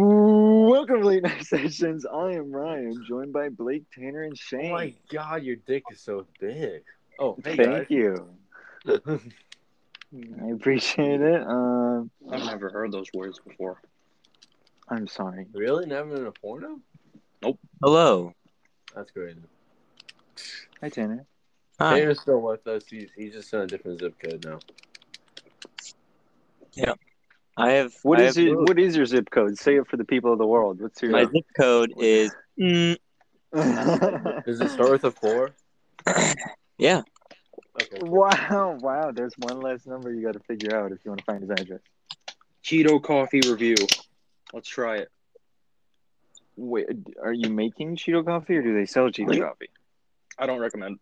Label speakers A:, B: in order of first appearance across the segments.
A: Welcome to Late Night Sessions. I am Ryan, joined by Blake, Tanner, and
B: Oh
A: Shane.
B: my god, your dick is so big. Oh, hey
A: Thank
B: guys.
A: you. I appreciate it. Um,
C: I've never heard those words before.
A: I'm sorry.
B: Really? Never in a porno?
D: Hello.
B: That's crazy.
A: Hi, Tanner.
D: Hi.
B: Tanner's still with us. He's, he's just in a different zip code now.
D: I have
A: What
D: I
A: is
D: have-
A: your What is your zip code? Say it for the people of the world. What's your?
D: My zip code is mm,
B: Does it start with a four?
D: yeah.
B: Okay. Oh,
A: wow! Wow! There's one last number you got to figure out if you want to find his address.
C: Keto coffee review. Let's try it.
A: Wait, are you making Cheeto coffee or do they sell Cheeto coffee?
C: I don't recommend.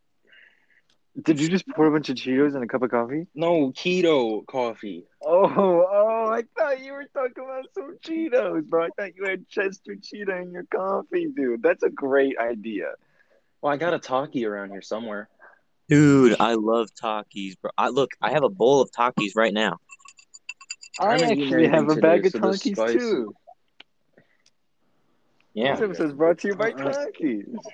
A: Did you just pour a bunch of Cheetos in a cup of coffee?
C: No, keto coffee.
A: Oh, oh, I thought you were talking about some Cheetos, bro. I thought you had Chester Cheetah in your coffee, dude. That's a great idea.
C: Well, I got a talkie around here somewhere.
D: Dude, I love Takis, bro. I look, I have a bowl of Takis right now.
A: I,
C: haven't eaten
A: actually have a
C: anything
A: bag
C: today,
A: of
C: so this
A: Takis,
C: spice-
A: too.
D: Yeah.
A: This episode's brought to you by Takis.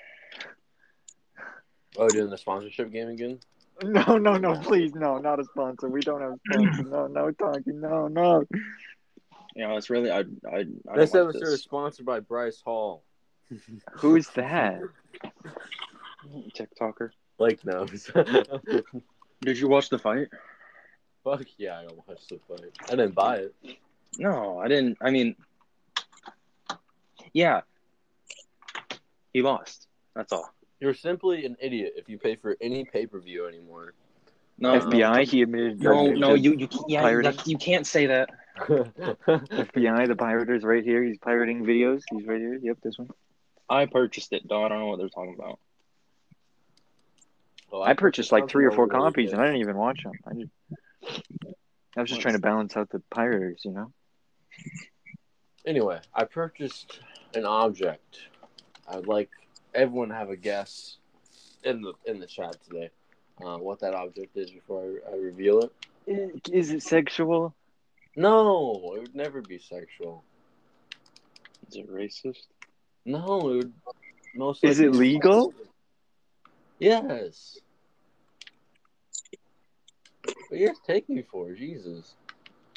B: Oh, doing the sponsorship game again?
A: No, no, no, please, no, not a sponsor. We don't have a sponsor. No, no Takis, no, no.
C: You know, it's really I I, I don't
B: This
C: like
B: episode is
C: this.
B: sponsored by Bryce Hall.
A: Who's that?
C: TikToker.
B: Blake knows.
C: Did you watch the fight?
B: Fuck yeah, I watched the fight. I didn't buy it.
C: No, I didn't. I mean, yeah, he lost. That's all.
B: You're simply an idiot if you pay for any pay per view anymore.
C: No,
A: FBI, he admitted.
C: Uh, No,
A: that-
C: no, you you can't, yeah,
A: Pirated.
C: that- you can't say that.
A: FBI, the pirater's right here. He's pirating videos. He's right here. Yep, this one.
C: I purchased it, though. I don't know what they're talking about.
B: Well,
A: I purchased like three or four
B: something over the
A: copies and I didn't even watch them. I, just, I was just trying to balance out the pirates, you know?
B: Anyway, I purchased an object. I'd like everyone to have a guess in the in the chat today uh, what that object is before I, I reveal it.
A: Is it sexual?
B: No, it would never be sexual.
C: Is it racist?
B: No, it would most.
A: Is
B: likely
A: it
B: be-
A: legal?
B: Yes. What you're taking me for Jesus?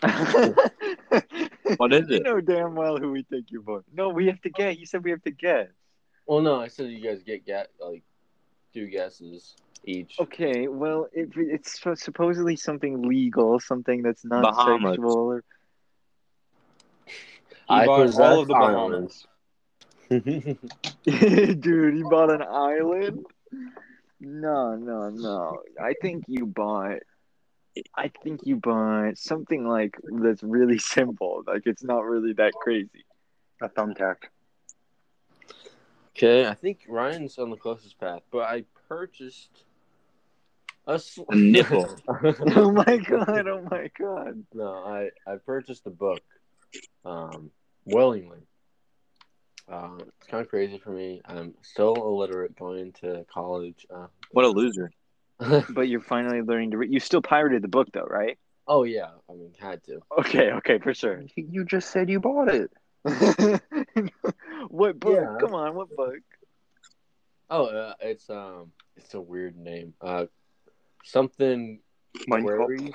D: What is
A: you
D: it?
A: know damn well who we think you for. No, we have to guess. You said we have to guess.
B: Well, no, I said you guys get get like two guesses each.
A: Okay, well, if it's supposedly something legal, something that's not
D: Bahamas.
A: sexual. Or...
B: I
C: bought all
B: possess
C: of the Bahamas.
B: islands.
A: Dude, you bought an island? No, no, no. I think you bought. I think you bought something like that's really simple. Like it's not really that crazy.
C: A thumbtack.
B: Okay, I think Ryan's on the closest path, but I purchased a sl-
D: A nipple.
A: oh my god! Oh my god!
B: no, I I purchased a book, um, willingly. Uh, it's kind of crazy for me. I'm still illiterate going to college.
D: What a loser.
B: Uh,
A: But you're finally learning to read. You still pirated the book though, right?
B: oh yeah, I mean had to.
A: Okay, okay, for sure.
C: You just said you bought it.
A: what book?
B: Yeah.
A: Come on, what book?
B: Oh, uh, it's um, it's a weird name. Uh, something Queries.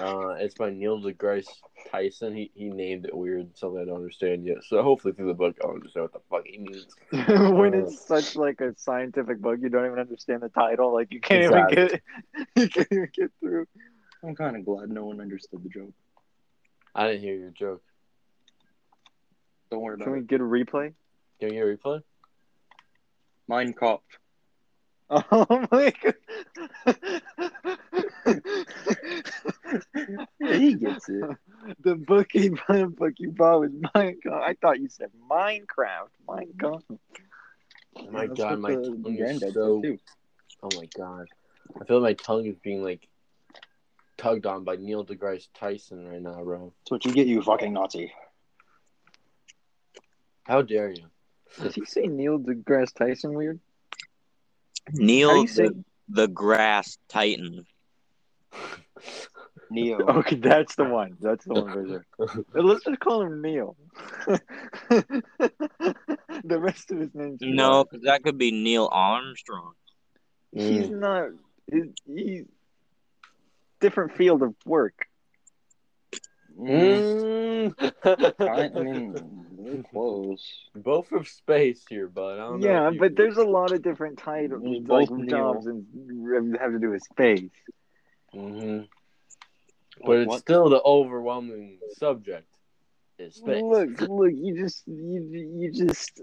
B: Uh, it's by Neil deGrasse Tyson. He he named it weird, something I don't understand yet. So hopefully through the book I'll understand what the fuck he means.
A: when
B: Uh,
A: it's such like a scientific book, you don't even understand the title. Like you can't even get you can't even get through.
C: I'm kind of glad no one understood the joke.
B: I didn't hear your joke.
C: Don't worry
A: Can
C: about
A: we
C: it.
A: get a replay?
B: Can you replay?
C: Mine cop.
A: Oh my god!
C: he gets it.
A: the book he bought, book you bought was Minecraft. I thought you said Minecraft. Minecraft.
B: Oh my
C: That's
B: god,
C: what
B: my
C: the
B: tongue
C: granddad
B: is
C: said,
B: so.
C: too.
B: Oh my god, I feel like my tongue is being like tugged on by Neil deGrasse Tyson right now, bro.
C: That's what you get, you fucking Nazi.
B: How dare you?
A: Did you say Neil deGrasse Tyson weird? How
D: Neil
A: you say-
D: the, the grass titan.
C: Neo.
A: Okay, that's the one. That's the one for sure. Let's just call him Neil. the rest of his name's
D: No, because that could be Neil Armstrong.
A: He's not. He's, he's different field of work.
C: I, I
B: Mm.
C: mean, really close.
B: Both from space here, bud. I don't know
A: Yeah,
B: if you-
A: but there's a lot of different titles,
C: We
A: like
C: both
A: jobs, and have to do with space.
B: Mhm. But it's still the overwhelming subject is space.
A: Look, look, you just, you, you just,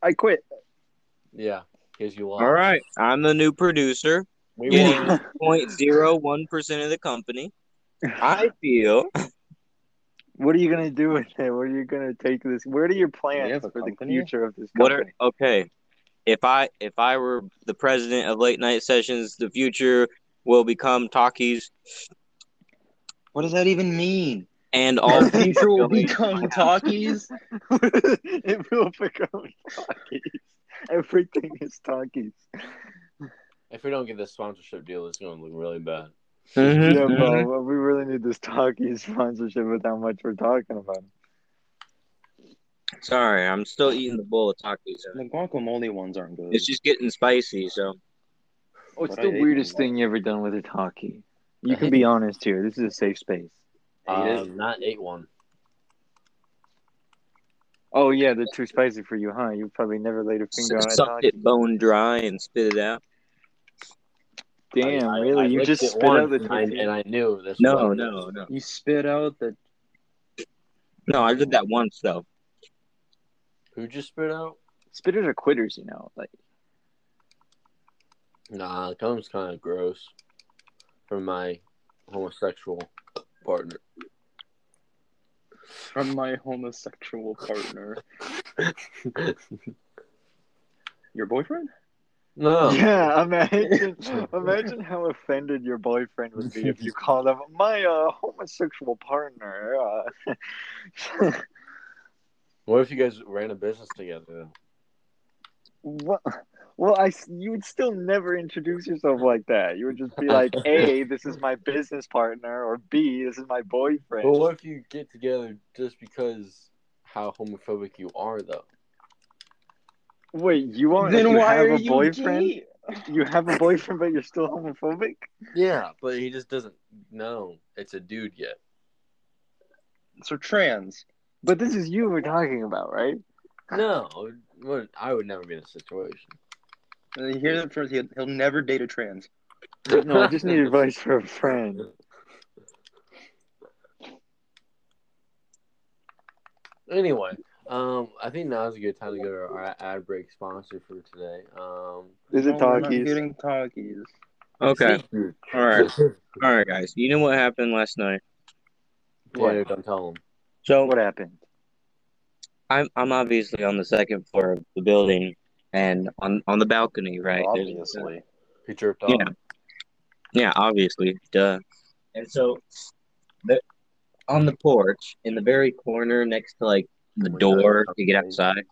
A: I quit.
B: Yeah, because you lost.
D: All right, I'm the new producer,
B: We
D: Yeah.
B: won.
D: 0.01 percent of the company. I feel
A: What are you gonna do with it? Where are you gonna take this? Where are your plans
C: have a
A: for the
C: company?
A: future of this
D: what
A: company?
D: are okay. If I if I were the president of late night sessions, the future will become talkies,
C: What does that even mean?
D: and all
C: future will
D: Billy.
C: become talkies.
A: it will become talkies. Everything is talkies.
B: If we don't get this sponsorship deal, it's going to look really bad.
A: Yeah,
D: Mhm.
A: bro, well, we really need this talkies sponsorship with how much we're talking about.
D: Sorry, I'm still eating the bowl of Takis.
C: The guacamole ones aren't good.
D: It's just getting spicy, so
A: What's
C: But I
A: Oh, the
C: hate
A: weirdest
C: them.
A: thing you ever done with a talkie?
B: I
A: You can
B: hate
A: be honest here. This is a safe space.
C: Hate it.
B: Um, not 8 1.
A: Oh yeah, they're too spicy for you, huh? You probably never laid a finger on a
D: sucked
A: talkie.
D: it bone dry and spit it out.
A: Damn,
B: I- I-
A: really?
B: I
A: you
B: licked
A: just
B: it
A: spit
B: once
A: out the
B: and I,
A: talkie?
B: and I knew this
D: No,
B: was-
D: no, no,
C: You spit out the.
D: no. I did that once though.
B: Who just spit out?
A: Spitters are quitters, you know. Like
B: Nah, it comes kind of gross from my homosexual partner.
C: From my homosexual partner. Your boyfriend?
B: no.
A: Yeah, imagine imagine how offended your boyfriend would be if you called him my uh, homosexual partner. Uh,
B: What if you guys ran a business together? then?
A: what? Well, I s- you would still never introduce yourself like that. You would just be like, "A, this is my business partner," or "B, this is my boyfriend."
B: But what if you get together just because how homophobic you are, though?
A: Wait, you want?
C: then
A: you
C: why
A: have
C: are
A: a
C: you
A: boyfriend?
C: gay?
A: You have a boyfriend, but you're still homophobic.
B: Yeah, but he just doesn't know it's a dude yet.
C: So trans.
A: But this is you we're talking about, right?
B: No, what- I would never be in a situation.
C: Uh, Here's the first. He'll, he'll never date a trans.
A: No, I just need advice for a friend.
B: Anyway, um, I think now's a good time to go to our ad break sponsor for today. Um,
A: Is it
C: No, Oh, we're not
A: talkies?
C: Getting talkies.
D: Okay,
B: Sneak
D: all right,
B: peek.
D: all right, guys. You know what happened last night?
B: yeah, dude, don't tell him.
D: So
A: What happened?
D: I'm I'm obviously on the second floor of the building and on on the balcony, right? There's-
C: Obviously.
B: He jerked off.
D: Yeah. Yeah, obviously, duh. And so, the, on the porch, in the very corner next to like the
B: Oh my
D: door
B: God.
D: to get outside,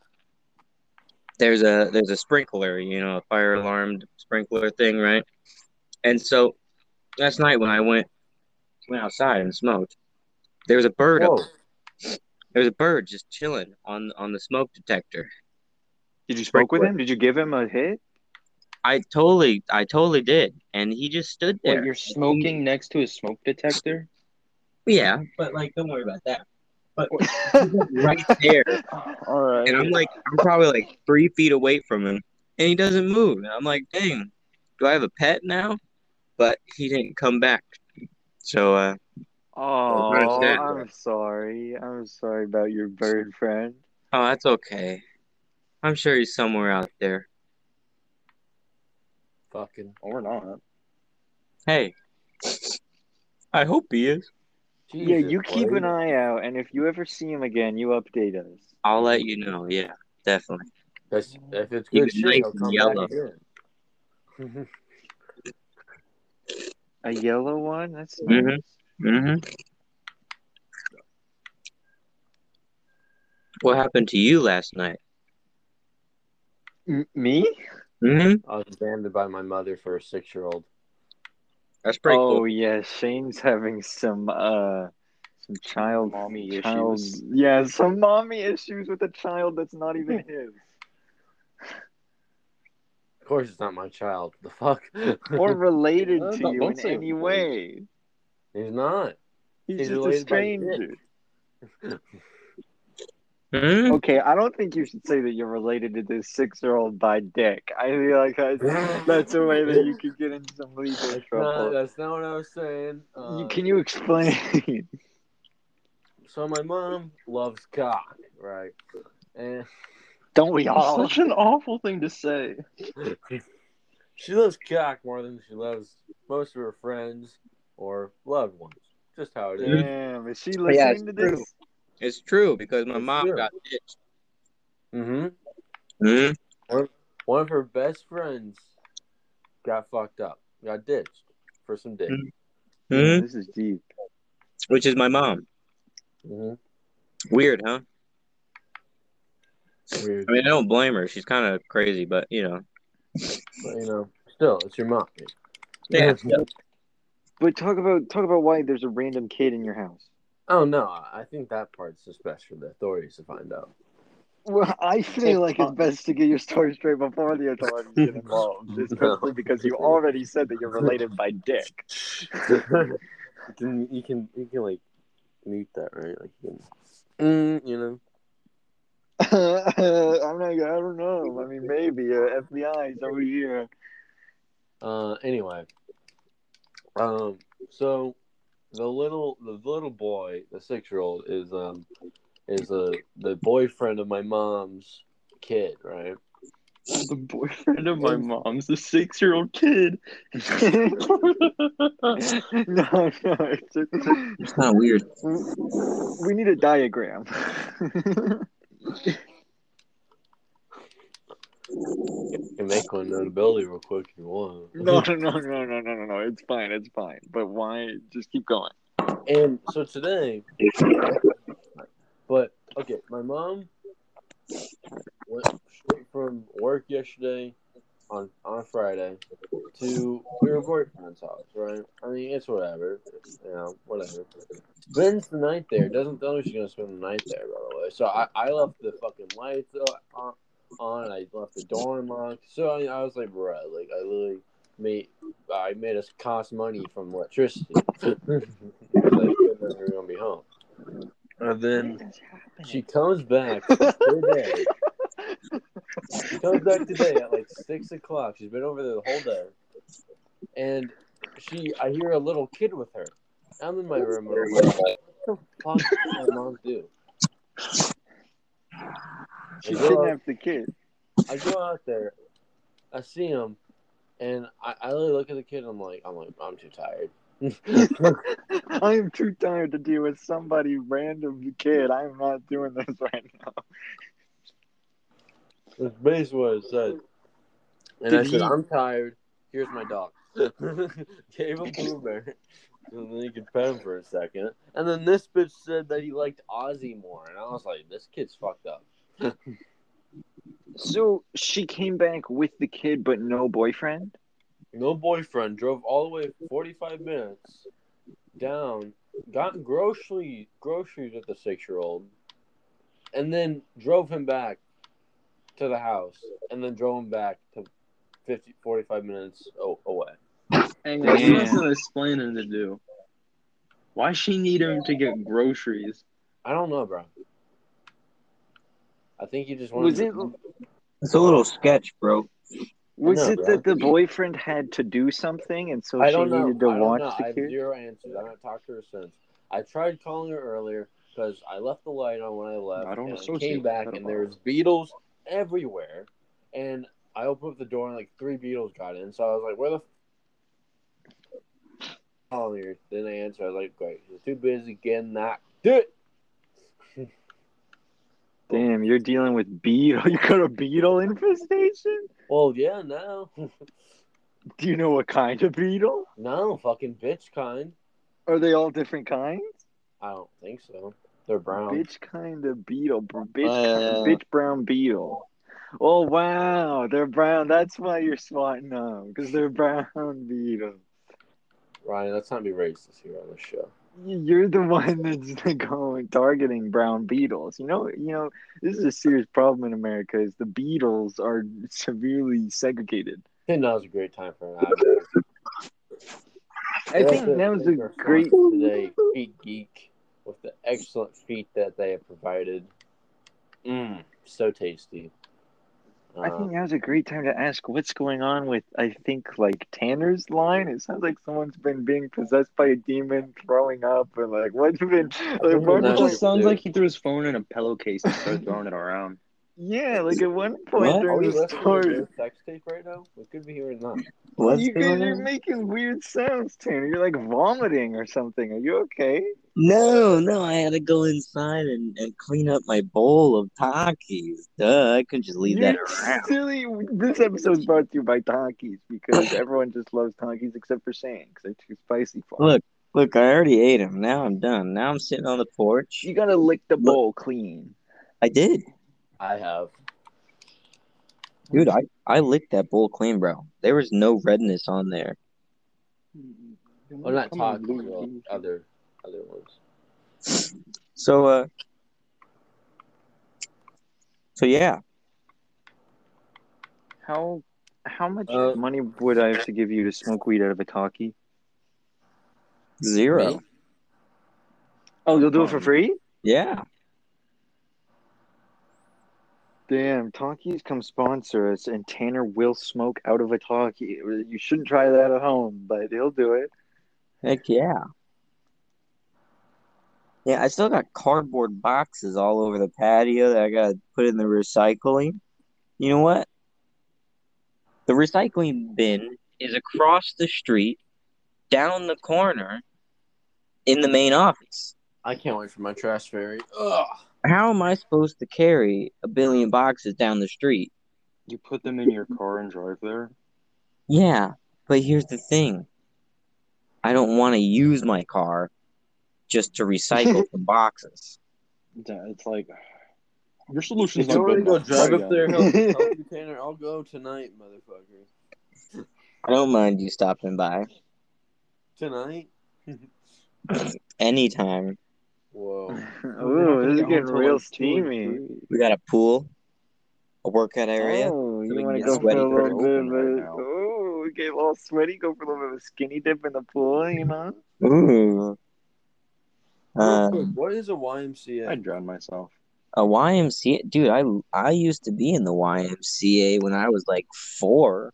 D: there's a there's a sprinkler, you know, a fire alarm sprinkler thing, right? And so, last night when I went went outside and smoked, there was a bird. Up,
B: Whoa.
D: there was a bird just chilling on on the smoke detector.
A: Did you smoke with him? Did you give him a hit?
D: I totally, I totally did, and he just stood there.
C: Wait, you're smoking next to a smoke detector?
D: Yeah, but like, don't worry about that. But right there,
A: All right.
D: and I'm like, I'm probably like three feet away from him, and he doesn't move. And I'm like, dang, do I have a pet now? But he didn't come back. So, uh,
A: Oh,
D: Where's that?
A: I'm sorry. I'm sorry about your bird friend.
D: oh, that's okay. I'm sure he's somewhere out there.
B: Fucking.
C: Or not.
D: Hey, I hope he is.
A: yeah,
B: Jesus,
A: you keep
B: boy.
A: an eye out, and if you ever see him again, you update us.
D: I'll let you know. Yeah, definitely.
B: That's- if it's
D: He
B: good
D: was
B: shit,
D: nice
B: he'll
D: and
B: come
D: yellow.
B: back again.
A: A yellow one? That's nice.
D: Mhm. Mm-hmm. What happened to you last night?
A: M- me?
D: Mm-hmm.
B: I was abandoned by my mother for a six-year-old.
D: That's pretty
A: Oh yeah, Shane's having some uh Some child,
C: Mommy
A: child,
C: issues.
A: yeah, some mommy issues with a child that's not even his,
B: Of course, it's not my child. The fuck?
A: or related
B: Uh,
A: to
B: don't-
A: you
B: don't
A: in
B: say
A: any
B: related.
A: way.
B: He's not.
A: He's,
B: He's
A: just a
B: related by dick.
A: stranger.
D: Hmm?
A: Okay, I don't think you should say that you're related to this six-year-old by dick. I feel like that's, that's a way that you could get into some legal
B: No,
A: trouble.
B: that's not what I was saying. Uh,
A: You- Can you explain?
B: Um, So my mom loves cock, right? And
A: don't we all?
C: Such an awful thing to say.
B: she loves cock more than she loves most of her friends or loved ones. Just how it is.
A: Damn, is she
D: yeah,
A: listening
D: it's
A: to
D: true.
A: this?
D: It's true because my
B: It's
D: mom
B: true.
D: got ditched.
B: Mm-hmm.
D: Hmm?
B: One of her best friends got fucked up, got ditched for some dick.
D: Hmm?
A: This is deep.
D: Which is my mom.
B: Mm-hmm.
D: Weird, huh?
B: Mm-hmm. Weird,
D: I mean, I don't blame her. She's kind of crazy, but you know.
B: but, you know. Still, it's your mom.
D: Yeah.
A: But talk about talk about why there's a random kid in your house.
B: Oh no, I think that part's just best for the authorities to find out.
A: Well, I feel like it's best to get your story straight before the authorities get involved, especially because you already said that you're related by dick.
B: you can you can you can like mute that right? Like you can, mm, you know.
A: I'm not. I don't know. I mean, maybe uh, FBI's over here.
B: Uh, anyway, um, so the little the little boy, the six year old, is um is a the boyfriend of my mom's kid, right?
C: The boyfriend of my mom's a six year old kid.
A: no, no. It's just,
D: It's kind of weird.
A: we need a diagram.
B: Can make one notability real quick if you want.
A: no, no, no, no, no, no, no, no. It's fine. It's fine. But why? Just keep going.
B: And so today, but okay, my mom went straight from work yesterday on on Friday to her boyfriend's house, right? I mean, it's whatever, you know, whatever. Spends the night there. Doesn't tell me she's gonna spend the night there, by the way. So I, I left the fucking lights on, on. I left the door unlocked. So I, I was like, bruh, like I literally made I made us cost money from electricity. Because I said that we were gonna be home. And then she comes back today. she comes back today at like six o'clock. She's been over there the whole day, and she I hear a little kid with her. I'm in my room. And I'm like, what the fuck did my mom do?
A: She
B: I go, out,
A: kidnapped the kid.
B: I go out there, I see him, and I, I literally look at the kid. And I'm like, I'm like, I'm too tired.
A: I am too tired to deal with somebody random kid. I am not doing this right now.
B: That's basically what it said. And
A: Did
B: I
A: he-
B: said, I'm tired. Here's my dog. Gave him Pooh Bear. And then he could pet him for a second. And then this bitch said that he liked Ozzy more. And I was like, this kid's fucked up.
A: So she came back with the kid, but no boyfriend.
B: No boyfriend. Drove all the way 45 minutes down. Got grocery, groceries with the six year old. And then drove him back to the house. And then drove him back to 50, 45 minutes o- away.
C: Hang
A: on,
C: on,
A: she has some
C: explaining to do. Why she need him to get groceries?
B: I don't know, bro. I think you just wanted.
A: Was
B: to-
A: it
D: It's a little sketch, bro.
A: was
B: know,
A: it
B: bro.
A: that the boyfriend had to do something, and so
B: I
A: she
B: don't know.
A: needed to
B: I don't
A: watch
B: know. I
A: the
B: have
A: kid?
B: zero answers. I haven't talked to her since. I tried calling her earlier because I left the light on when I left.
C: I don't
B: and I
C: associate
B: came
C: with
B: back and
C: pedophiles.
B: there was beetles everywhere, and I opened up the door and like three beetles got in. So I was like, "Where the?" F-? Calling her, then I answered. I was like, "Great, she's too busy getting that." Do it.
A: Damn, you're dealing with beetle. You got a beetle infestation?
B: Well, yeah, no,
A: Do you know what kind of beetle?
B: no, fucking bitch kind.
A: Are they all different kinds?
B: I don't think so. They're brown.
A: Bitch kind of beetle. br- Bitch,
C: Uh.
A: bitch brown beetle. Oh wow, they're brown. That's why you're swatting them because they're brown beetles.
B: Ryan, let's not be racist here on this show.
A: you're the one that's going targeting brown beetles. You know, you know, this is a serious problem in America. Is the beetles are severely segregated.
B: I think that was a great time for an idea.
A: I think that was a great.
B: today, Feet Geek, with the excellent feet that they have provided.
C: Mm.
B: Mmm, so tasty. Um,
A: I
B: Uh.
A: think that was a great time to ask what's going on with. I think like Tanner's line. It sounds like someone's been being possessed by a demon, throwing up, and like what's been. Like, one
B: It
C: It
B: just
A: point,
C: just sounds
B: sounds
C: like he threw his phone in a pillowcase and started throwing it around.
A: yeah, like at one point
D: Oh, What?
B: Are
A: during
B: we
A: the
B: listening to
A: story,
B: their sex tape right now? We could be hearing that.
D: What's
A: you guys
D: going
A: are
D: on?
A: making weird sounds, Tanner. You're like vomiting or something. Are you okay?
D: No, no, I had to go inside and, and clean up my bowl of Takis. Duh, I couldn't just leave that
A: You're
D: around.
A: Silly. This episode's brought to you by Takis because everyone just loves Takis except for Shane because they're too spicy for 'em.
D: Look, look, I already ate them. Now I'm done. Now I'm sitting on the porch.
A: You gotta lick the
D: Look.
A: bowl clean.
D: I did.
B: I have.
D: Dude, I, I licked that bowl clean, bro. There was no redness on there.
B: Well, not uh,
C: Come on,
B: talking
C: Louis.
B: about other other ones.
D: So, uh, so yeah,
A: How how much
B: Uh,
A: money would I have to give you to smoke weed out of a Taki?
D: zero.
B: Me?
A: Oh, you'll do it for
C: Um,
A: free?
D: Yeah.
A: Damn, Takis come sponsor us, and Tanner will smoke out of a Taki. You shouldn't try that at home, but he'll do it.
D: Heck yeah. Yeah, I still got cardboard boxes all over the patio that I got to put in the recycling. You know what? The recycling bin is across the street, down the corner, in the main office.
B: I can't wait for my trash fairy.
A: Oh,
B: Ugh.
D: How am I supposed to carry a billion boxes down the street?
C: You put them in your car and drive there.
D: Yeah, but here's the thing. I don't want to use my car just to recycle some boxes.
C: That- It's like your solution's
A: It's
C: not
A: already
C: good
B: Go
C: enough.
B: drive
C: Right,
B: up there.
C: guys.
B: Help, help you, Tanner. I'll go tonight, motherfucker.
D: I don't mind you stopping by
B: Tonight?
D: anytime.
B: Whoa.
A: Ooh, this is getting real steamy.
D: We got a pool, a workout area.
A: Oh,
D: we
A: you
D: can
A: want to
D: get
A: go for
D: sweaty
A: a
D: for
A: little
C: the
A: bit of
C: open right
A: a-
C: now.
A: oh, get all sweaty, go for a little bit of a skinny dip in the pool, you know?
D: Ooh.
B: Oh. Real
D: Uh,
B: quick, what is a
C: I'd
B: YMCA?
C: drown myself.
D: a YMCA, dude. I I used to be in the YMCA when I was like four.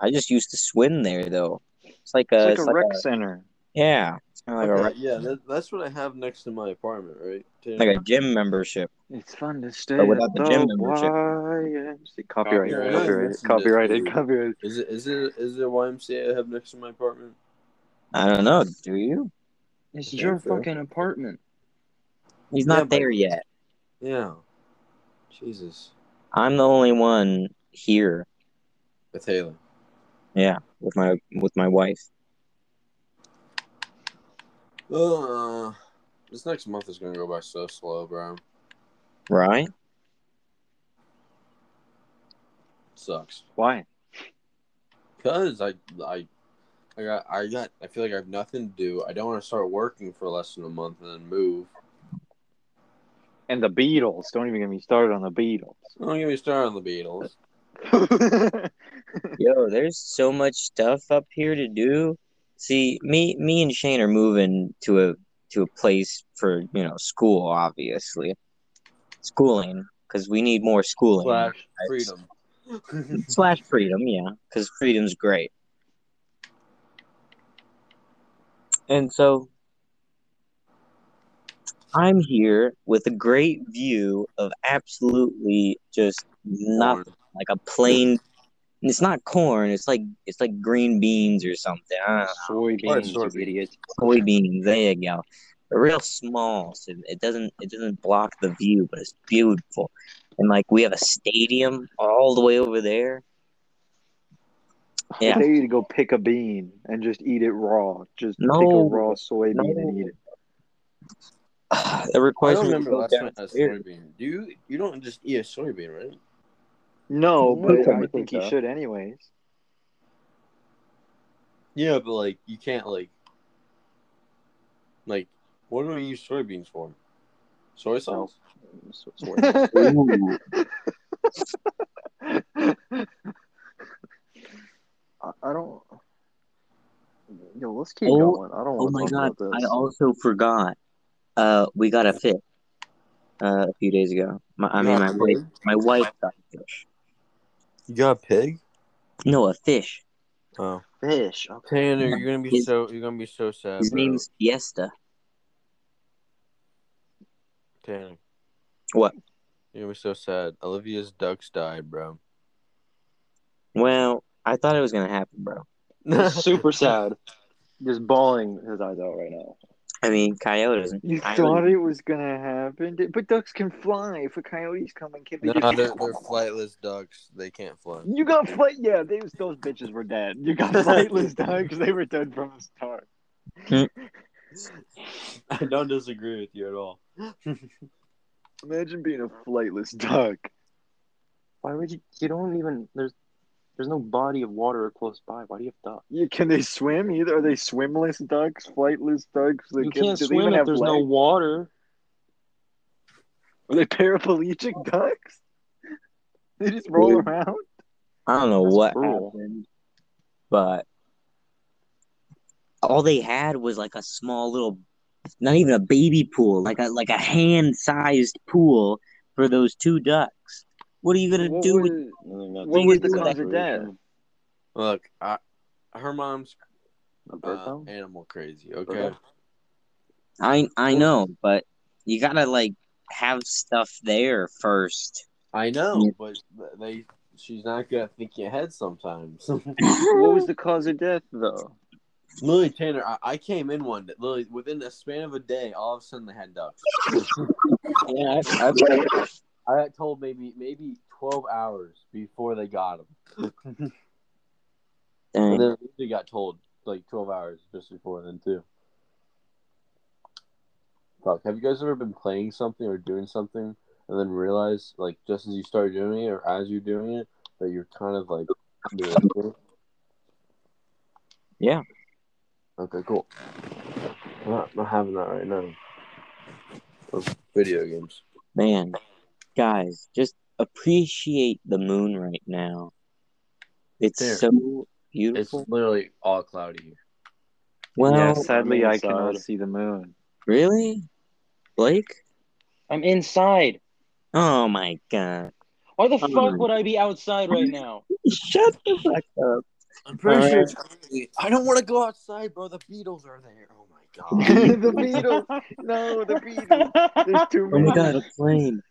D: I just used to swim there though. It's like
A: It's like
D: a, Uh, it's
A: a
D: like
A: rec
D: a-
A: center.
D: yeah, it's kinda like a
B: Okay,
D: rec-
B: yeah, that, that's what I have next to my apartment, right? Tanner?
D: like a gym membership.
A: It's fun to stay
D: But without
A: at
D: the gym membership.
A: YMCA. Copyright,
B: Copyright.
A: copyright,
B: Listen to
A: copyrighted,
B: this.
A: copyrighted.
B: Is it is it is it a YMCA I have next to my apartment?
D: I don't know. Do you?
C: It's
B: Yeah,
C: your
B: fair.
C: fucking apartment.
D: He's
B: Yeah,
D: not
B: but-
D: there yet.
B: Yeah. Jesus.
D: I'm the only one here.
B: With Haley.
D: Yeah, with my with my wife.
B: Uh, this next month is gonna go by so slow, bro.
D: Right?
B: Sucks.
A: Why?
B: Cause I I I got I got I feel like I have nothing to do. I don't want to start working for less than a month and then move.
A: And the Beatles. Don't even get me started on the Beatles.
B: Don't get me started on the Beatles.
D: Yo, there's so much stuff up here to do. See, me me and Shane are moving to a to a place for, you know, school obviously. Schooling cuz we need more schooling.
B: Slash freedom.
D: Slash freedom, yeah, cuz freedom's great. And so I'm here with a great view of absolutely just nothing. like a plain it's not corn it's like it's like green beans or something
C: uh,
D: I don't
B: What
A: Soybeans,
B: soybeans?
A: you idiot.
D: know, soybeans there you go They're real small so it doesn't it doesn't block the view but it's beautiful and like we have a stadium all the way over there Yeah.
A: I tell you to go pick a bean and just eat it raw. Just pick a
D: No.
A: raw soybean and
D: No.
A: eat it.
D: that
B: I
D: requires
B: don't
D: me to
B: remember
D: go
B: last
D: down
B: time I had
D: here.
B: soybean. Do you? You don't just eat a soybean, right?
A: No,
C: No,
A: but I
C: I
A: think
C: think
A: he
C: so.
A: should anyways.
B: Yeah, but like you can't like Like, what do we use soybeans for? Soy sauce.
D: So- so- Ooh. oh
A: I I don't. Yo, let's keep
D: Oh,
A: going. I don't
D: Oh
A: want
D: my
A: to
D: god!
A: talk about
D: I
A: this.
D: also forgot. Uh, we got a fish. Uh, a few days ago. My, I mean, my wife, my wife got a fish.
B: You got a pig?
D: No, a fish.
B: Oh,
A: Fish. Okay.
B: Tanner, you're gonna be
D: His-
B: so you're gonna be so sad.
D: His
B: bro.
D: name's Fiesta.
B: Tanner.
D: What?
B: You're gonna be so sad. Olivia's ducks died, bro.
D: Well, I thought it was gonna happen, bro.
C: super sad.
A: Just bawling his eyes out right now.
D: I mean, coyotes.
A: You
D: I
A: thought it was gonna happen, Did- but ducks can fly. If a coyote's coming, can they
B: No,
A: just?
B: they're, they're flightless ducks. They can't fly.
A: You got flight. Yeah, they, those bitches were dead. You got flightless ducks. They were dead from the start.
B: I don't disagree with you at all.
A: Imagine being a flightless duck.
C: Why would you? You don't even. There's there's no body of water close by. Why do you have ducks?
A: You, can they swim either? Are they swimless ducks? Flightless ducks? They
C: You
A: can-
C: can't
A: do they
C: swim
A: even
C: if
A: have
C: there's no
A: legs?
C: water.
A: Are they paraplegic ducks? They just roll
D: Dude.
A: around.
D: I don't know
C: That's
D: what
C: cruel.
D: happened, but all they had was like a small little, not even a baby pool, like a like a hand sized pool for those two ducks. What are you gonna
A: What
D: do? with
A: was,
C: I think that's
A: what
D: you
A: was
D: do
A: the
D: with
A: cause of death?
B: Look, I, her mom's
C: A bird
B: uh,
C: phone?
B: animal crazy. Okay,
D: I I know, but you gotta like have stuff there first.
B: I know, but they she's not gonna think you ahead sometimes.
A: What was the cause of death, though?
B: Lily Tanner, I, I came in one day. Lily, within a span of a day, all of a sudden they had ducks.
D: yeah,
B: I, I got told maybe maybe twelve hours before they got them. And
D: dang.
B: then they got told like twelve hours just before then too. Fuck. Have you guys ever been playing something or doing something and then realize like just as you start doing it or as you're doing it that you're kind of like underrated it?
D: Yeah.
B: Okay, cool. I'm not, not having that right now. Those video games.
D: man, guys, just appreciate the moon right now. It's
B: There.
D: so
B: It's
D: beautiful.
B: literally all cloudy here.
D: well,
A: yeah, sadly,
C: I'm
A: I cannot
C: inside.
A: see the moon.
D: really, Blake?
C: I'm inside.
D: Oh my god!
C: Why the
D: Come on.
C: fuck would I be outside right now?
D: Shut the fuck up.
B: I'm
D: pretty sure
B: it's cloudy. I don't want to go outside, bro. The Beatles are there. Oh my god.
A: the Beatles. No, the Beatles. There's too
D: Oh
A: many.
D: my god, a plane!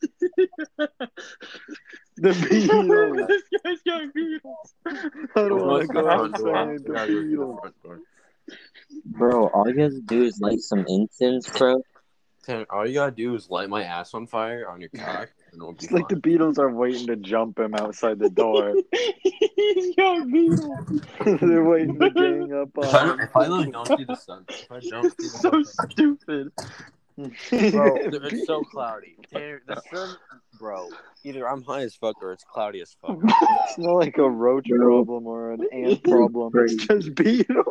A: The Beatles.
C: this guy's got beetles.
A: I don't want to
B: Let's
A: go
B: go to the
A: outside. The
B: front door. We gotta go to the
A: Beatles.
B: front door.
D: Bro, all you have to do is light some incense, bro.
B: Tanner, all you gotta do is light my ass on fire on your cock, and it'll be
A: It's like the
B: fine.
A: Beatles are waiting to jump him outside the door.
C: He's got beetles.
A: They're waiting to gang up
B: If I,
A: on
B: don't-
A: him.
B: if I literally don't see the sun, if I don't see the sun,
C: stupid.
B: bro, it's so cloudy. Tanner, the sun, bro. Either I'm high as fuck or it's cloudy as fuck.
A: It's not like a roach problem or an ant problem. It's just beetles.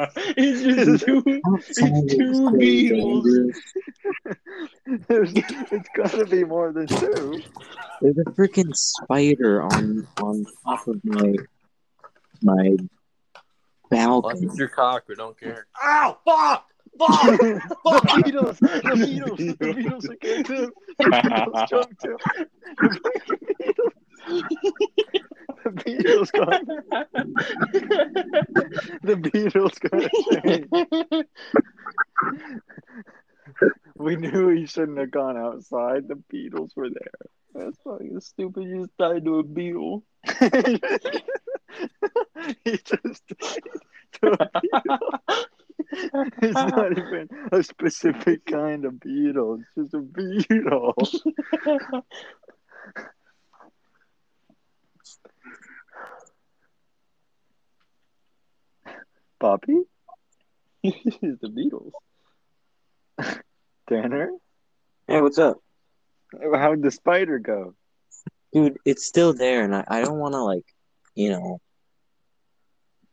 C: It's just two. two beetles.
A: There's, it's got to be more than two.
D: There's a freaking spider on on top of my my
B: Unless
D: balcony.
B: it's your cock, we don't care. Ow! Fuck! Fuck!
A: the Beatles, the Beatles, the Beatles are getting The Beatles jumped him. The Beatles got the Beatles got changed. We knew he shouldn't have gone outside. The Beatles were there. That's fucking stupid. You just died to a beetle. he just died to a beetle. It's not even a specific kind of beetle. It's just a beetle. Poppy?
C: the beetles.
A: Tanner?
D: Hey, what's up?
A: How'd the spider go?
D: dude it's still there and i, I don't want to like you know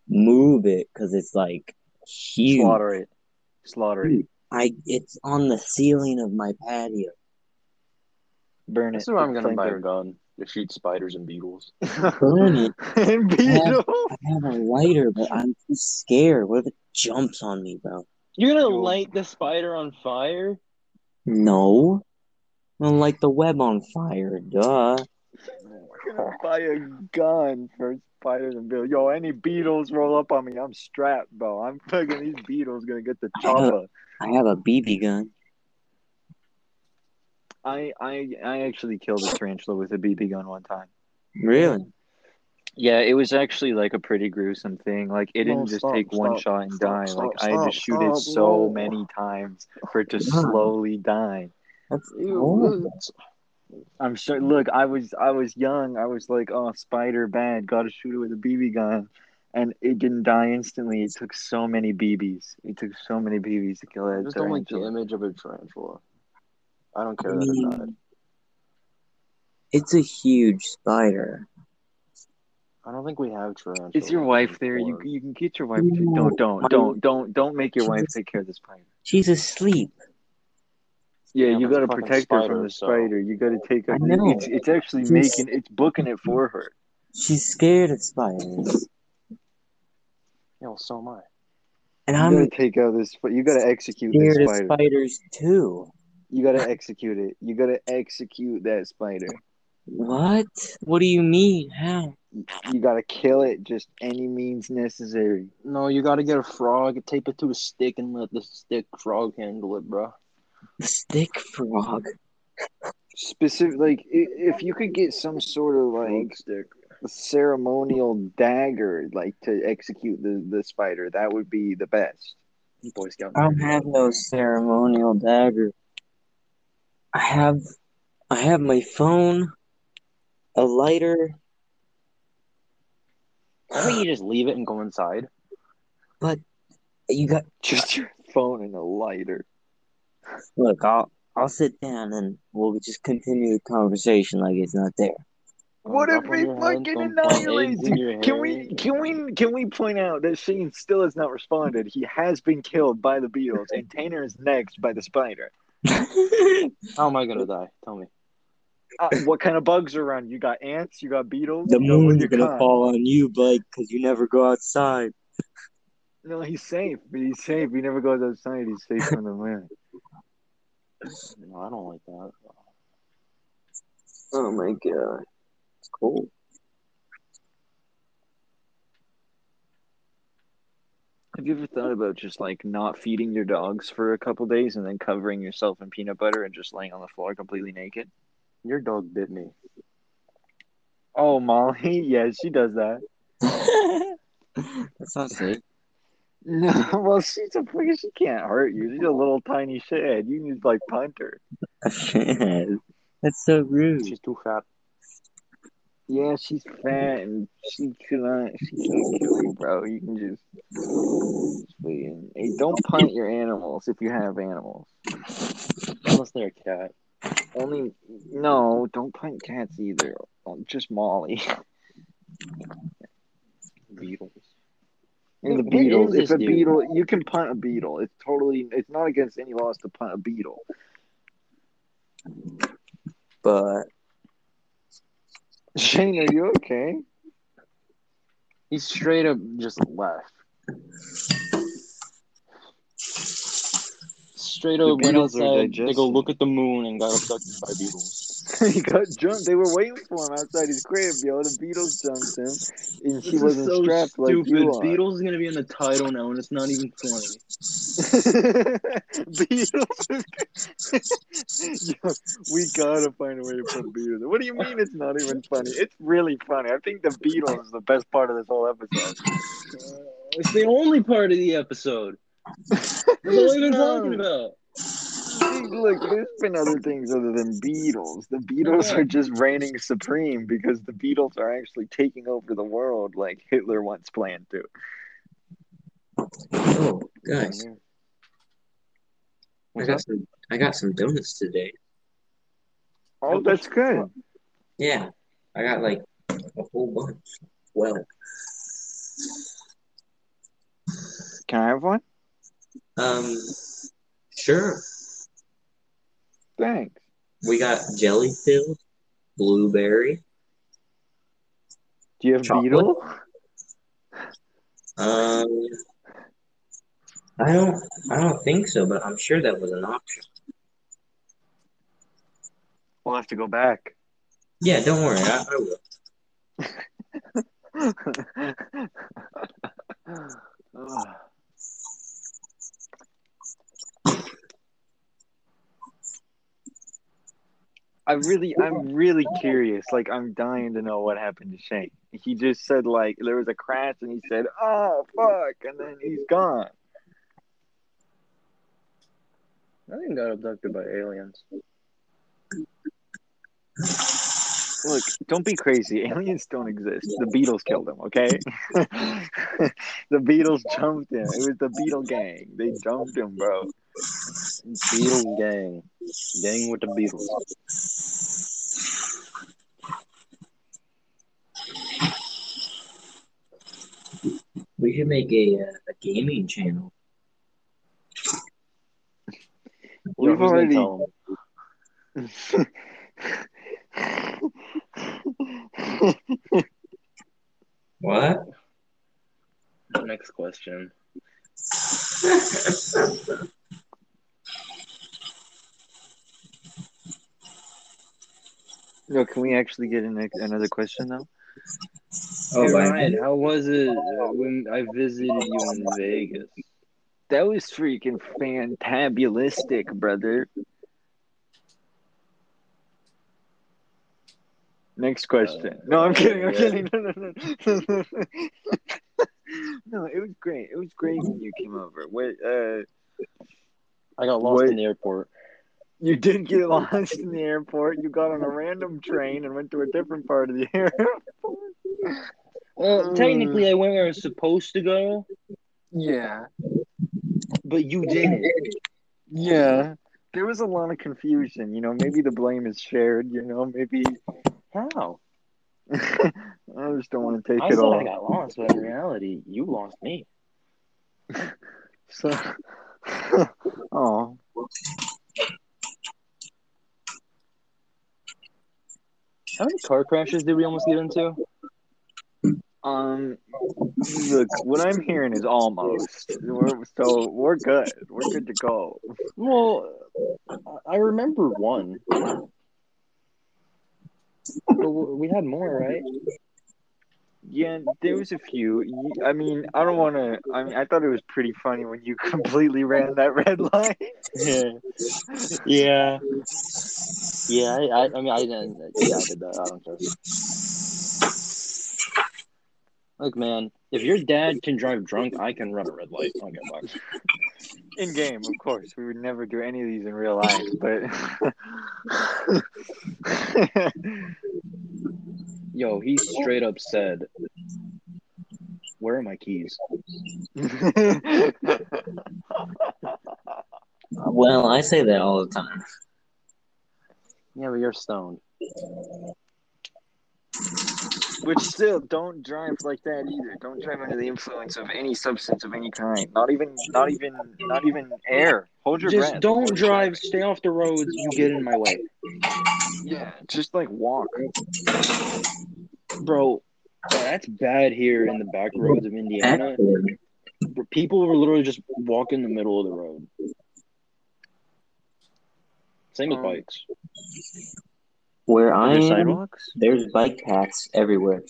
D: move it because it's like huge
A: Slaughter it. Slaughter it.
D: I it's on the ceiling of my patio.
A: Burn it.
C: This is where I'm gonna buy a
A: Flamethrower.
C: gun to shoot spiders and beetles.
D: Burn it.
A: and beetle.
D: I have a lighter, but I'm too scared. What if it jumps on me, bro?
B: You're gonna
C: You'll-
B: light the spider on fire?
D: No. i will light the web on fire, duh.
A: I'm gonna buy a gun for spiders and beetles. Yo, any beetles roll up on me, I'm strapped, bro. I'm fucking these beetles gonna get the
D: Uh-huh.
A: chopper.
D: I have a BB gun.
A: I I I actually killed a tarantula with a BB gun one time.
D: Really?
A: Yeah, it was actually like a pretty gruesome thing. Like it
C: No,
A: didn't just
C: stop,
A: take one
C: stop,
A: shot and
C: stop,
A: die.
C: stop,
A: like I had to
C: stop,
A: shoot it
C: stop,
A: so
C: no.
A: many times for it to
D: Yeah.
A: slowly die.
D: That's
C: Ew,
A: I'm sure. Look, I was I was young. I was like, oh, spider bad. Got to shoot it with a BB gun, and it didn't die instantly. It took so many BBs. It took so many BBs to kill
C: I
A: it.
C: just don't like the image of a tarantula. I don't care
D: I
C: that it died.
D: mean, it's a huge spider.
C: I don't think we have tarantulas.
A: Is your wife there? You you can get your wife. To, don't don't don't don't don't make your wife take care of the spider.
D: She's asleep.
A: Yeah,
C: Yeah,
A: you
C: but it's
A: got to
C: a fucking
A: protect her from
C: spider,
A: the
C: so-
A: spider. You got to take her.
D: I know.
A: It's it's actually
D: Just-
A: making it's booking it for her.
D: She's scared of spiders.
C: Yeah, well, so am I.
D: And
A: You
D: I'm
A: gotta take out this. You gotta execute this
D: scared of
A: spider.
D: spiders too.
A: You gotta execute it. You gotta execute that spider.
D: What? What do you mean? How?
A: You gotta kill it. Just any means necessary.
C: No, you gotta get a frog, tape it to a stick, and let the stick frog handle it, bro.
D: The stick frog.
A: Specific, like i- if you could get some sort of like
C: stick.
A: ceremonial dagger, like to execute the the spider, that would be the best. Boy Scout.
D: I don't have no ceremonial dagger. I have I have my phone, a lighter,
C: Why don't you just leave it and go inside?
D: you got
A: Just your phone and a lighter.
D: look, I'll I'll sit down and we'll just continue the conversation like it's not there.
A: What if
C: Dump on
A: we
C: your head,
A: fucking
C: dump on eggs
A: annihilate
C: in your
A: you? Can we
C: hair.
A: can we can we point out that Shane still has not responded? He has been killed by the Beatles and Tanner is next by the spider.
D: the
C: How am I gonna die? Tell me.
A: Uh, what kind of bugs are around? You got ants, you got beetles, you got
D: moon's
A: you
D: gonna
A: got?
D: fall on you, Blake, because you never go outside.
A: No, he's safe. He's safe. He never goes outside. He's safe from the wind.
C: No, I don't like that.
D: Oh my god. It's cool.
A: Have you ever thought about just like not feeding your dogs for a couple days and then covering yourself in peanut butter and just laying on the floor completely naked?
C: Your dog bit me.
A: Oh, Molly, yeah, she does that.
D: That's not safe.
A: No, well, she's a freak. She can't hurt you. She's a little tiny shithead. You need to like punt her.
D: That's so rude.
C: She's too fat.
A: Yeah, she's fat and she cannot. She can't kill you, bro. You can just. Hey, don't punt your animals if you have animals.
C: Unless they're a cat.
A: Only no, don't punt cats either. Oh, Just Molly
C: Beetles.
A: and the
C: What
A: beetles.
C: is
A: If a
C: this dude?
A: beetle, you can punt a beetle. It's totally. It's not against any laws to punt a beetle.
D: But
A: Shane, are you okay?
C: He straight up just left. Straight
A: The
C: up went
A: beetles are
C: outside to go
A: digesting.
C: look at the moon and got abducted by beetles.
A: he got jumped. They were waiting for him outside his crib, yo. The Beatles jumped him, and he wasn't strapped like you are.
B: Beatles is gonna be in the title now, and it's not even funny.
A: Beatles. yo, we gotta find a way to put Beatles. What do you mean it's not even funny? It's really funny. I think the Beatles is the best part of this whole episode.
B: It's the only part of the episode. That's all we've been
A: No.
B: talking about.
A: Look, there's been other things other than Beatles. The Beatles are just reigning supreme because the Beatles are actually taking over the world like Hitler once planned to.
D: oh, guys, I got some. I got some donuts today.
A: Oh, that's good.
D: Yeah, I got like a whole bunch. Well,
A: Can I have one?
D: um, Sure.
A: Thanks.
D: We got jelly filled, blueberry.
A: Do you have
D: Chocolate?
A: Beetle?
D: Um, I don't, I don't think so, but I'm sure that was an option.
A: We'll have to go back.
D: Yeah, don't worry, I, I will.
A: Ugh. I really, I'm really curious. Like, I'm dying to know what happened to Shane. He just said like there was a crash, and he said, "Oh fuck," and then he's gone.
C: Nothing got abducted by aliens.
A: Look, don't be crazy. Aliens don't exist. The Beatles killed him. Okay, the Beatles jumped him. It was the Beatle gang. They jumped him, bro.
C: Beatles gang. Gang with the Beatles.
D: We should make a uh, a gaming channel.
A: We've
C: Yo, who's gonna
A: already-
C: tell 'em?
D: What?
C: Next question.
A: No, can we actually get an, another question now?
D: Oh,
C: hey,
D: by
C: Ryan, how was it uh, when I visited you in Vegas?
A: That was freaking fantabulistic, brother. Next question. no, I'm kidding. I'm
C: Uh, yeah.
A: kidding. No, no, no. no, it was great. It was great when you came over. Wait, uh,
C: I got lost
A: Wait.
C: in the airport.
A: you did get lost in the airport. You got on a random train and went to a different part of the airport.
C: Well,
A: Mm.
C: technically, I went where I was supposed to go,
A: Yeah.
C: but you didn't.
A: Yeah. There was a lot of confusion. You know, maybe the blame is shared. You know, maybe.
C: How?
A: I just don't want to take
C: I
A: it
C: thought
A: all.
C: I got lost, but in reality, you lost me.
A: So, oh,
C: How many car crashes did we almost get into?
A: um, look, what I'm hearing is almost. We're, so we're good. We're good to go.
C: Well, I- I remember one. But w- we had more, right?
A: Yeah, there was a few. You- I mean, I don't want to. I mean, I thought it was pretty funny when you completely ran that red line.
C: Yeah. Yeah. Yeah. I, I, I mean, I didn't. Yeah, I did that. I don't care. Look, man. If your dad can drive drunk, I can run a red light. I'll get fucked.
A: In game, of course, we would never do any of these in real life, but.
C: Yo, he straight up said, "Where are my keys?"
D: Well, I say that all the time.
C: Yeah, but you're stoned.
A: Which still don't drive like that either. Don't drive under the influence of any substance of any kind. Not even not even not even air. Hold your
C: Just
A: breath.
C: don't drive. Stay off the roads. You get in my way,
A: Yeah, just like walk.
C: bro. That's bad here in the back roads of Indiana.
D: Actually,
C: People were literally just walking the middle of the road. Same with
A: Um,
C: bikes.
D: where I
C: There's
D: am,
C: sidewalks.
D: there's bike paths everywhere.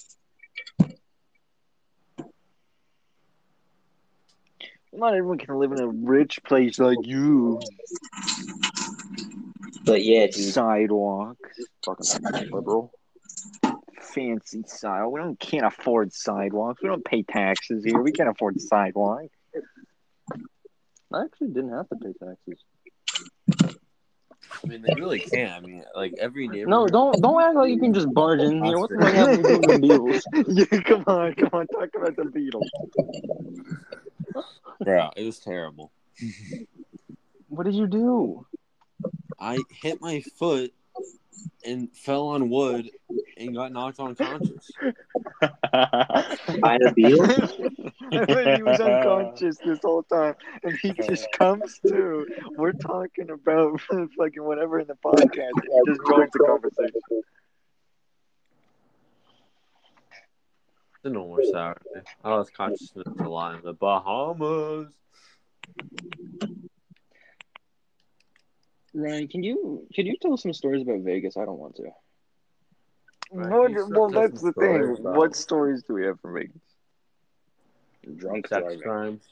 A: Not everyone can live in a rich place like you.
D: But yeah, dude,
A: Sidewalks.
C: Fucking liberal.
A: Fancy sidewalk. We don't can't afford sidewalks. We don't pay taxes here. We can't afford sidewalks.
C: I actually didn't have to pay taxes.
B: I mean, they really can. I mean, like every neighborhood.
C: No, don't don't act like you can just barge in here. What the fuck happened to the Beatles?
A: yeah, come on, come on, talk about the Beatles.
B: Bro, it was terrible.
C: What did you do?
B: I hit my foot and fell on wood and got knocked unconscious.
D: By the Beatles?
A: I bet he was unconscious this whole time, and he just comes to. We're talking about fucking whatever in the podcast, and he just joins the conversation.
B: The normal Saturday. I lost consciousness a lot in the Bahamas.
C: Ryan, can you can you tell some stories about Vegas? I don't want to.
B: Right,
A: What-
B: he's
A: well,
B: got
A: that's
B: some
A: the thing.
B: stories about-
A: What stories do we have from Vegas?
C: Drunk
B: Sex
C: driving.
B: crimes.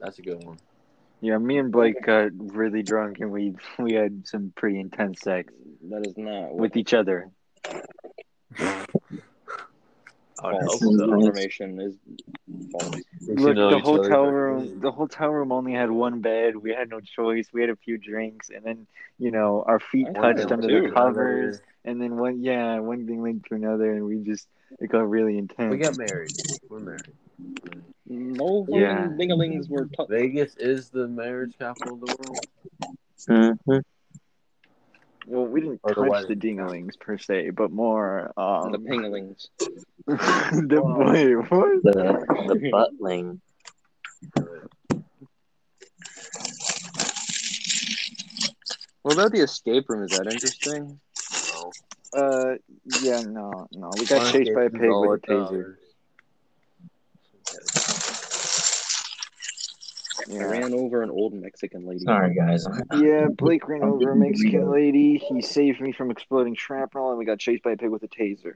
B: That's a good one.
A: Yeah, me and Blake got really drunk, and we we had some pretty intense sex
C: That is not what
A: with each other.
B: I would
C: false
B: hope so.
C: information is. False.
B: We should
A: Look,
B: know
A: the
B: each other
A: hotel
B: better.
A: room, the hotel room only had one bed. We had no choice. We had a few drinks, and then you know our feet
C: I
B: One
C: had
A: touched
B: thing
A: under
B: led
C: two.
A: the
B: to
A: covers,
B: another.
A: and then one yeah, one thing linked to another, and we just it got really intense.
B: We got married. We're married.
C: No
A: Yeah.
C: fucking dingalings were touched.
B: Vegas is the marriage capital of the world.
D: Mhm.
A: well, we didn't
B: Or the
A: touch
B: wedding.
A: the dinglings per se, but more um
C: The pingalings.
A: the wait, what?
D: The the buttling.
C: What about the escape room? Is that interesting?
B: No.
A: Uh, yeah, no, no, we got chased by a pig
B: All
A: with a taser.
B: dollars.
C: I
A: Yeah.
C: ran over an old Mexican lady.
D: Sorry guys.
A: Yeah, Blake ran over a Mexican lady. He saved me from exploding shrapnel, and we got chased by a pig with a taser.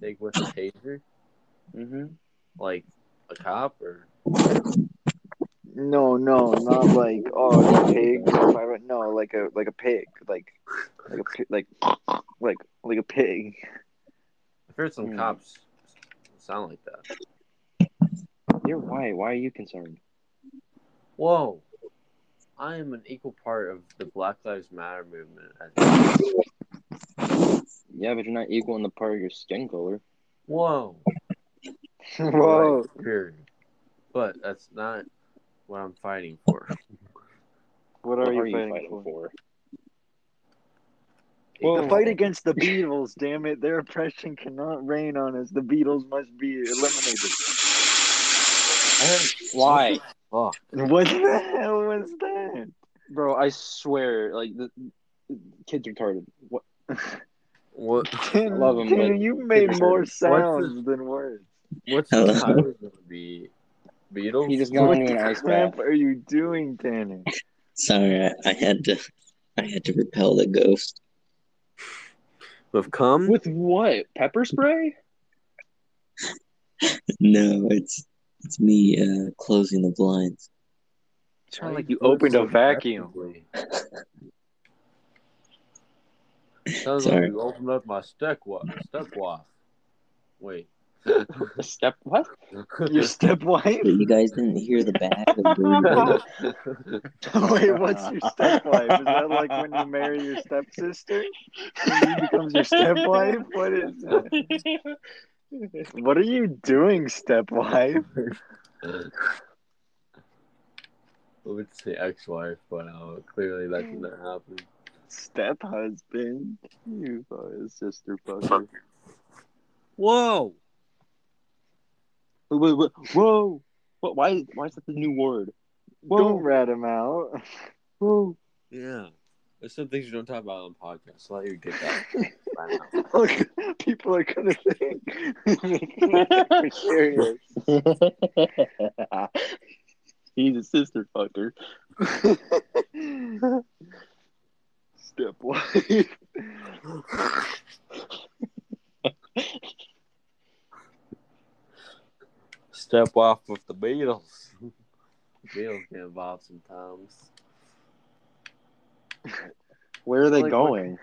B: Pig with a taser?
C: hmm
B: Like a cop or
A: No, no, not like oh the pig. but No, like a like a pig, like like a pi- like like like a pig.
B: I've heard some
C: Hmm.
B: cops sound like that.
C: You're white. Why are you concerned?
B: Whoa. I am an equal part of the Black Lives Matter movement. I think.
C: Yeah, but you're not equal in the part of your skin color.
B: Whoa.
A: Whoa,
B: Right, period. But that's not what I'm fighting for.
A: what
C: What
A: are you fighting for? Oh.
C: Whoa.
A: The fight against the Beatles, damn it! Their oppression cannot rain on us. The Beatles must be eliminated.
B: I haven't-
C: Why?
B: Fuck.
A: What the hell was that?
C: Bro, I swear, like the kids retarded. What?
B: What?
A: Tim,
C: love 'em,
A: Tim,
C: but-
A: you made more
B: What's
A: sounds than words.
B: What's
D: Hello.
B: the title gonna be? Beatles.
C: He just got
A: What
C: into an
A: the
C: ice bath.
A: crap are you doing, Tanner?
D: Sorry, I, I had to I had to repel the ghost.
B: We've come.
C: With what? Pepper spray?
D: No, it's it's me uh, closing the blinds.
A: Sound like you opened a vacuum.
B: Sounds
D: Sorry.
B: like you opened up my step wa- step waff. Wait.
C: A step? What?
A: Your stepwife?
D: Wait, you guys didn't hear the bash of Dirty Bird?
A: Wait, what's your stepwife? Is that like when you marry your stepsister? And she becomes your stepwife? What is that? What are you doing, stepwife?
B: I would say ex-wife, but uh, clearly that did not happen.
A: Step husband? You fucking sister fucker.
B: Whoa!
C: Wait, wait, wait. Whoa! What? Why? Why is that the new word?
A: Don't rat him out.
C: Whoa!
B: Yeah. There's some things you don't talk about on podcasts. So I'll let you get that. by now.
A: Look, people are gonna think we're serious.
C: He's a sister fucker.
A: Stepwife.
B: Step off with the Beatles. Beatles get involved sometimes.
C: Where are they
A: Like,
C: going?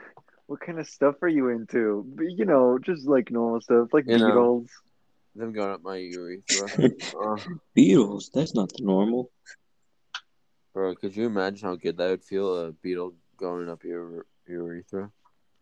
A: What kind of stuff are you into? But, You know, just like normal stuff, like
B: You know.
A: Beatles.
B: Them going up my urethra. uh,
D: Beatles, that's not the normal.
B: bro, could you imagine how good that would feel? A beetle going up your urethra.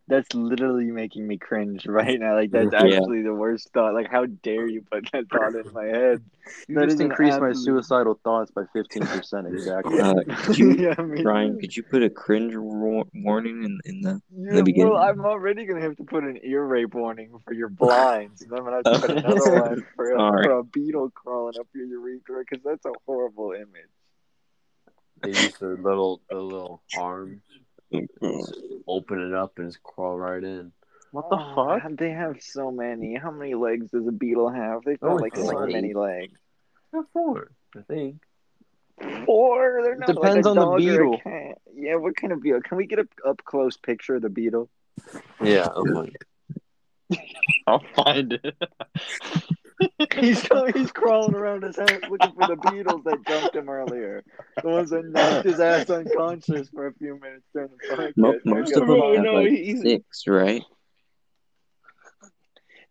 A: That's literally making me cringe right now. Like that's
D: Yeah.
A: actually the worst thought. Like how dare you put that thought in my head?
C: You
A: That
C: just
A: is an
C: increased my
A: absolute-
C: suicidal thoughts by fifteen percent exactly.
D: Uh, could you-
A: yeah, me
D: Ryan,
A: too.
D: could you put a cringe war- warning in, in the?
A: Yeah,
D: beginning.
A: well, I'm already gonna have to put an ear rape warning for your blinds, and then I'm gonna have to put another one for a,
D: All right.
A: for a beetle crawling up your urethra because that's a horrible image.
B: They use their little their little arms, open it up, and just crawl right in.
C: What the
A: Oh,
C: fuck?
A: God, they have so many. How many legs does a beetle have? They've got
C: Oh,
B: Only
A: like so
B: four.
A: many legs.
B: Not four, I think.
A: Four. They're not like
C: Depends
A: a
C: on the
A: dog or a
C: beetle.
A: cat. Yeah, what kind of beetle? Can we get a up close picture of the beetle?
B: Yeah,
D: oh
B: I'm like,
C: I'll find it.
A: He's he's crawling around his house looking for the beetles that jumped him earlier. The ones that knocked his ass unconscious for a few minutes during the podcast.
D: Mo- most of them
C: Bro,
D: have
C: no,
D: like
C: he's-
D: six, right?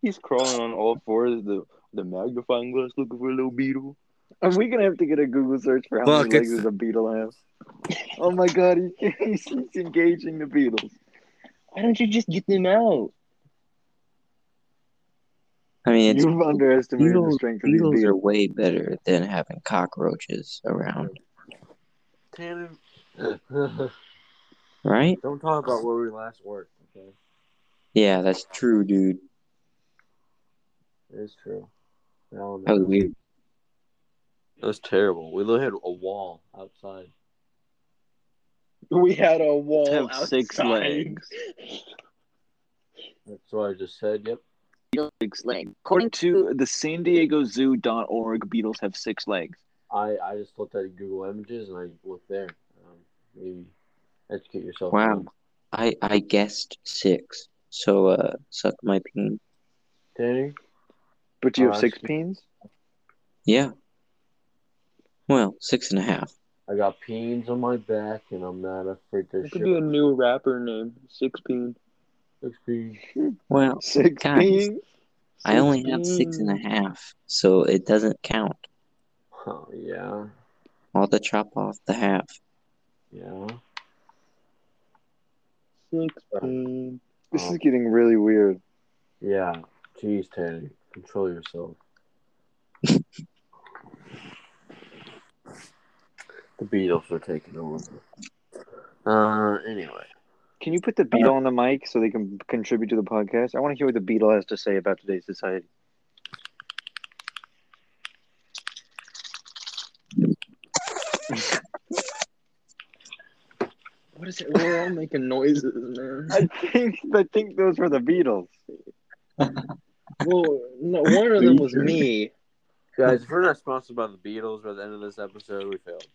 C: He's crawling on all fours. The the magnifying glass looking for a little beetle.
A: Are we gonna have to get a Google search for how
D: Fuck,
A: many legs
D: it's-
A: does a beetle has? Oh my god, he, he's, he's engaging the beetles.
C: Why don't you just get them out?
D: I mean, it's,
A: You've underestimated the
D: beetles-
A: strength of these
D: beetles
A: beetles.
D: are way better than having cockroaches around,
B: Tanner, don't
D: right?
B: talk about where we last worked. Okay,
D: Yeah, that's true, dude.
B: it is true. No,
D: That was weird.
B: That was terrible. We literally had a wall outside.
C: We had a wall.
A: Have six
C: outside.
A: legs.
B: That's what I just said. Yep.
A: Six legs. According to the San Diego Zoo.org, beetles have six legs.
B: I I just looked at Google Images and I looked there. Um, maybe educate yourself.
D: Wow. I I guessed six. So uh, suck my peen.
B: Tanner.
A: But you
B: Oh,
A: have
B: I
A: Uh, six
B: see.
A: peens?
D: Yeah. Well, six and a half.
B: I got peens on my back, and I'm not afraid to
C: We could do a
B: shit.
C: new rapper name, Sixteen.
B: Six peens.
D: Well,
A: Six
D: Guys,
A: peens?
D: I only have six and a half, so it doesn't count.
B: Oh yeah,
D: I'll have to chop off the half.
B: yeah.
C: Sixteen.
A: This
B: Um,
A: is getting really weird.
B: yeah. Jeez, Tanner, control yourself. the Beatles were taking over. Uh, anyway,
A: Can you put the beetle on the mic so they can contribute to the podcast? I want to hear what the beetle has to say about today's society.
C: What is it? We're all making noises, man.
A: I think I think those were the Beatles.
C: well, no, one of them was me.
B: guys, if we're not sponsored by the Beatles by the end of this episode, we failed.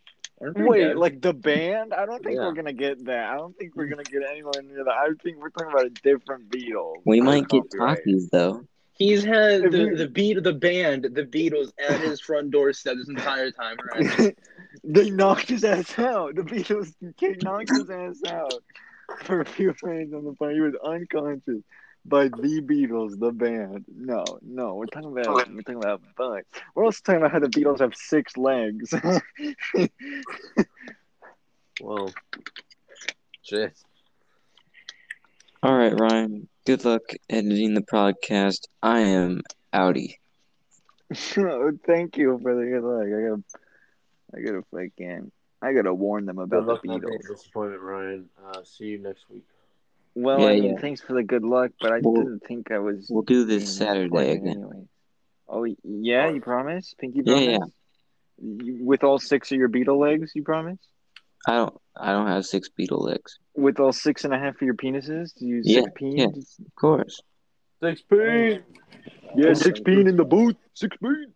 C: Aren't we
A: Wait,
C: guys?
A: like the band? I don't think
B: Yeah.
A: we're gonna get that. I don't think we're gonna get anywhere near that. I think we're talking about a different Beatles.
D: We
A: for
D: might get
A: copyright.
D: talkies though.
C: he's had
A: If
C: the
A: you-
C: the beat the band, the Beatles, at his front doorstep this entire time. Right?
A: they knocked his ass out. The Beatles knocked his ass out for a few frames on the phone. He was unconscious by the Beatles, the band. No, no, we're talking about we're talking about fun. We're also talking about how the Beatles have six legs.
B: Well, shit.
D: All right, Ryan. Good luck editing the podcast. I am outie.
A: Thank you for the good luck. I gotta, I gotta fucking, I gotta warn them about
B: Good
A: the
B: luck not being
A: Beatles.
B: a disappointment, Ryan. Uh, see you next week.
A: Well,
D: Yeah,
A: I mean,
D: yeah.
A: thanks for the good luck, but I
D: Well,
A: didn't think I was.
D: We'll do this
A: being
D: Saturday
A: disappointed
D: again.
A: anyway. Oh yeah, you promise? Pinky
D: Yeah,
A: promise? You- with all six of your beetle legs, you promise?
D: I don't. I don't have six beetle legs.
A: With all six and a half of your penises, do you
D: Yeah,
A: six peen?
D: yeah. Of course.
B: Six peas.
A: Yeah, six peen in the booth. Six peen.